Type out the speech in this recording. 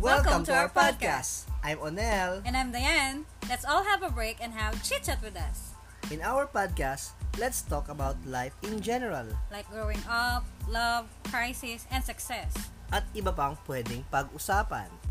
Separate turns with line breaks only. Welcome, to our podcast. I'm Onel.
And I'm Diane. Let's all have a break and have chit chat with us.
In our podcast, let's talk about life in general
Like growing up, love, crisis, and success.
at iba pang pwedeng pag-usapan.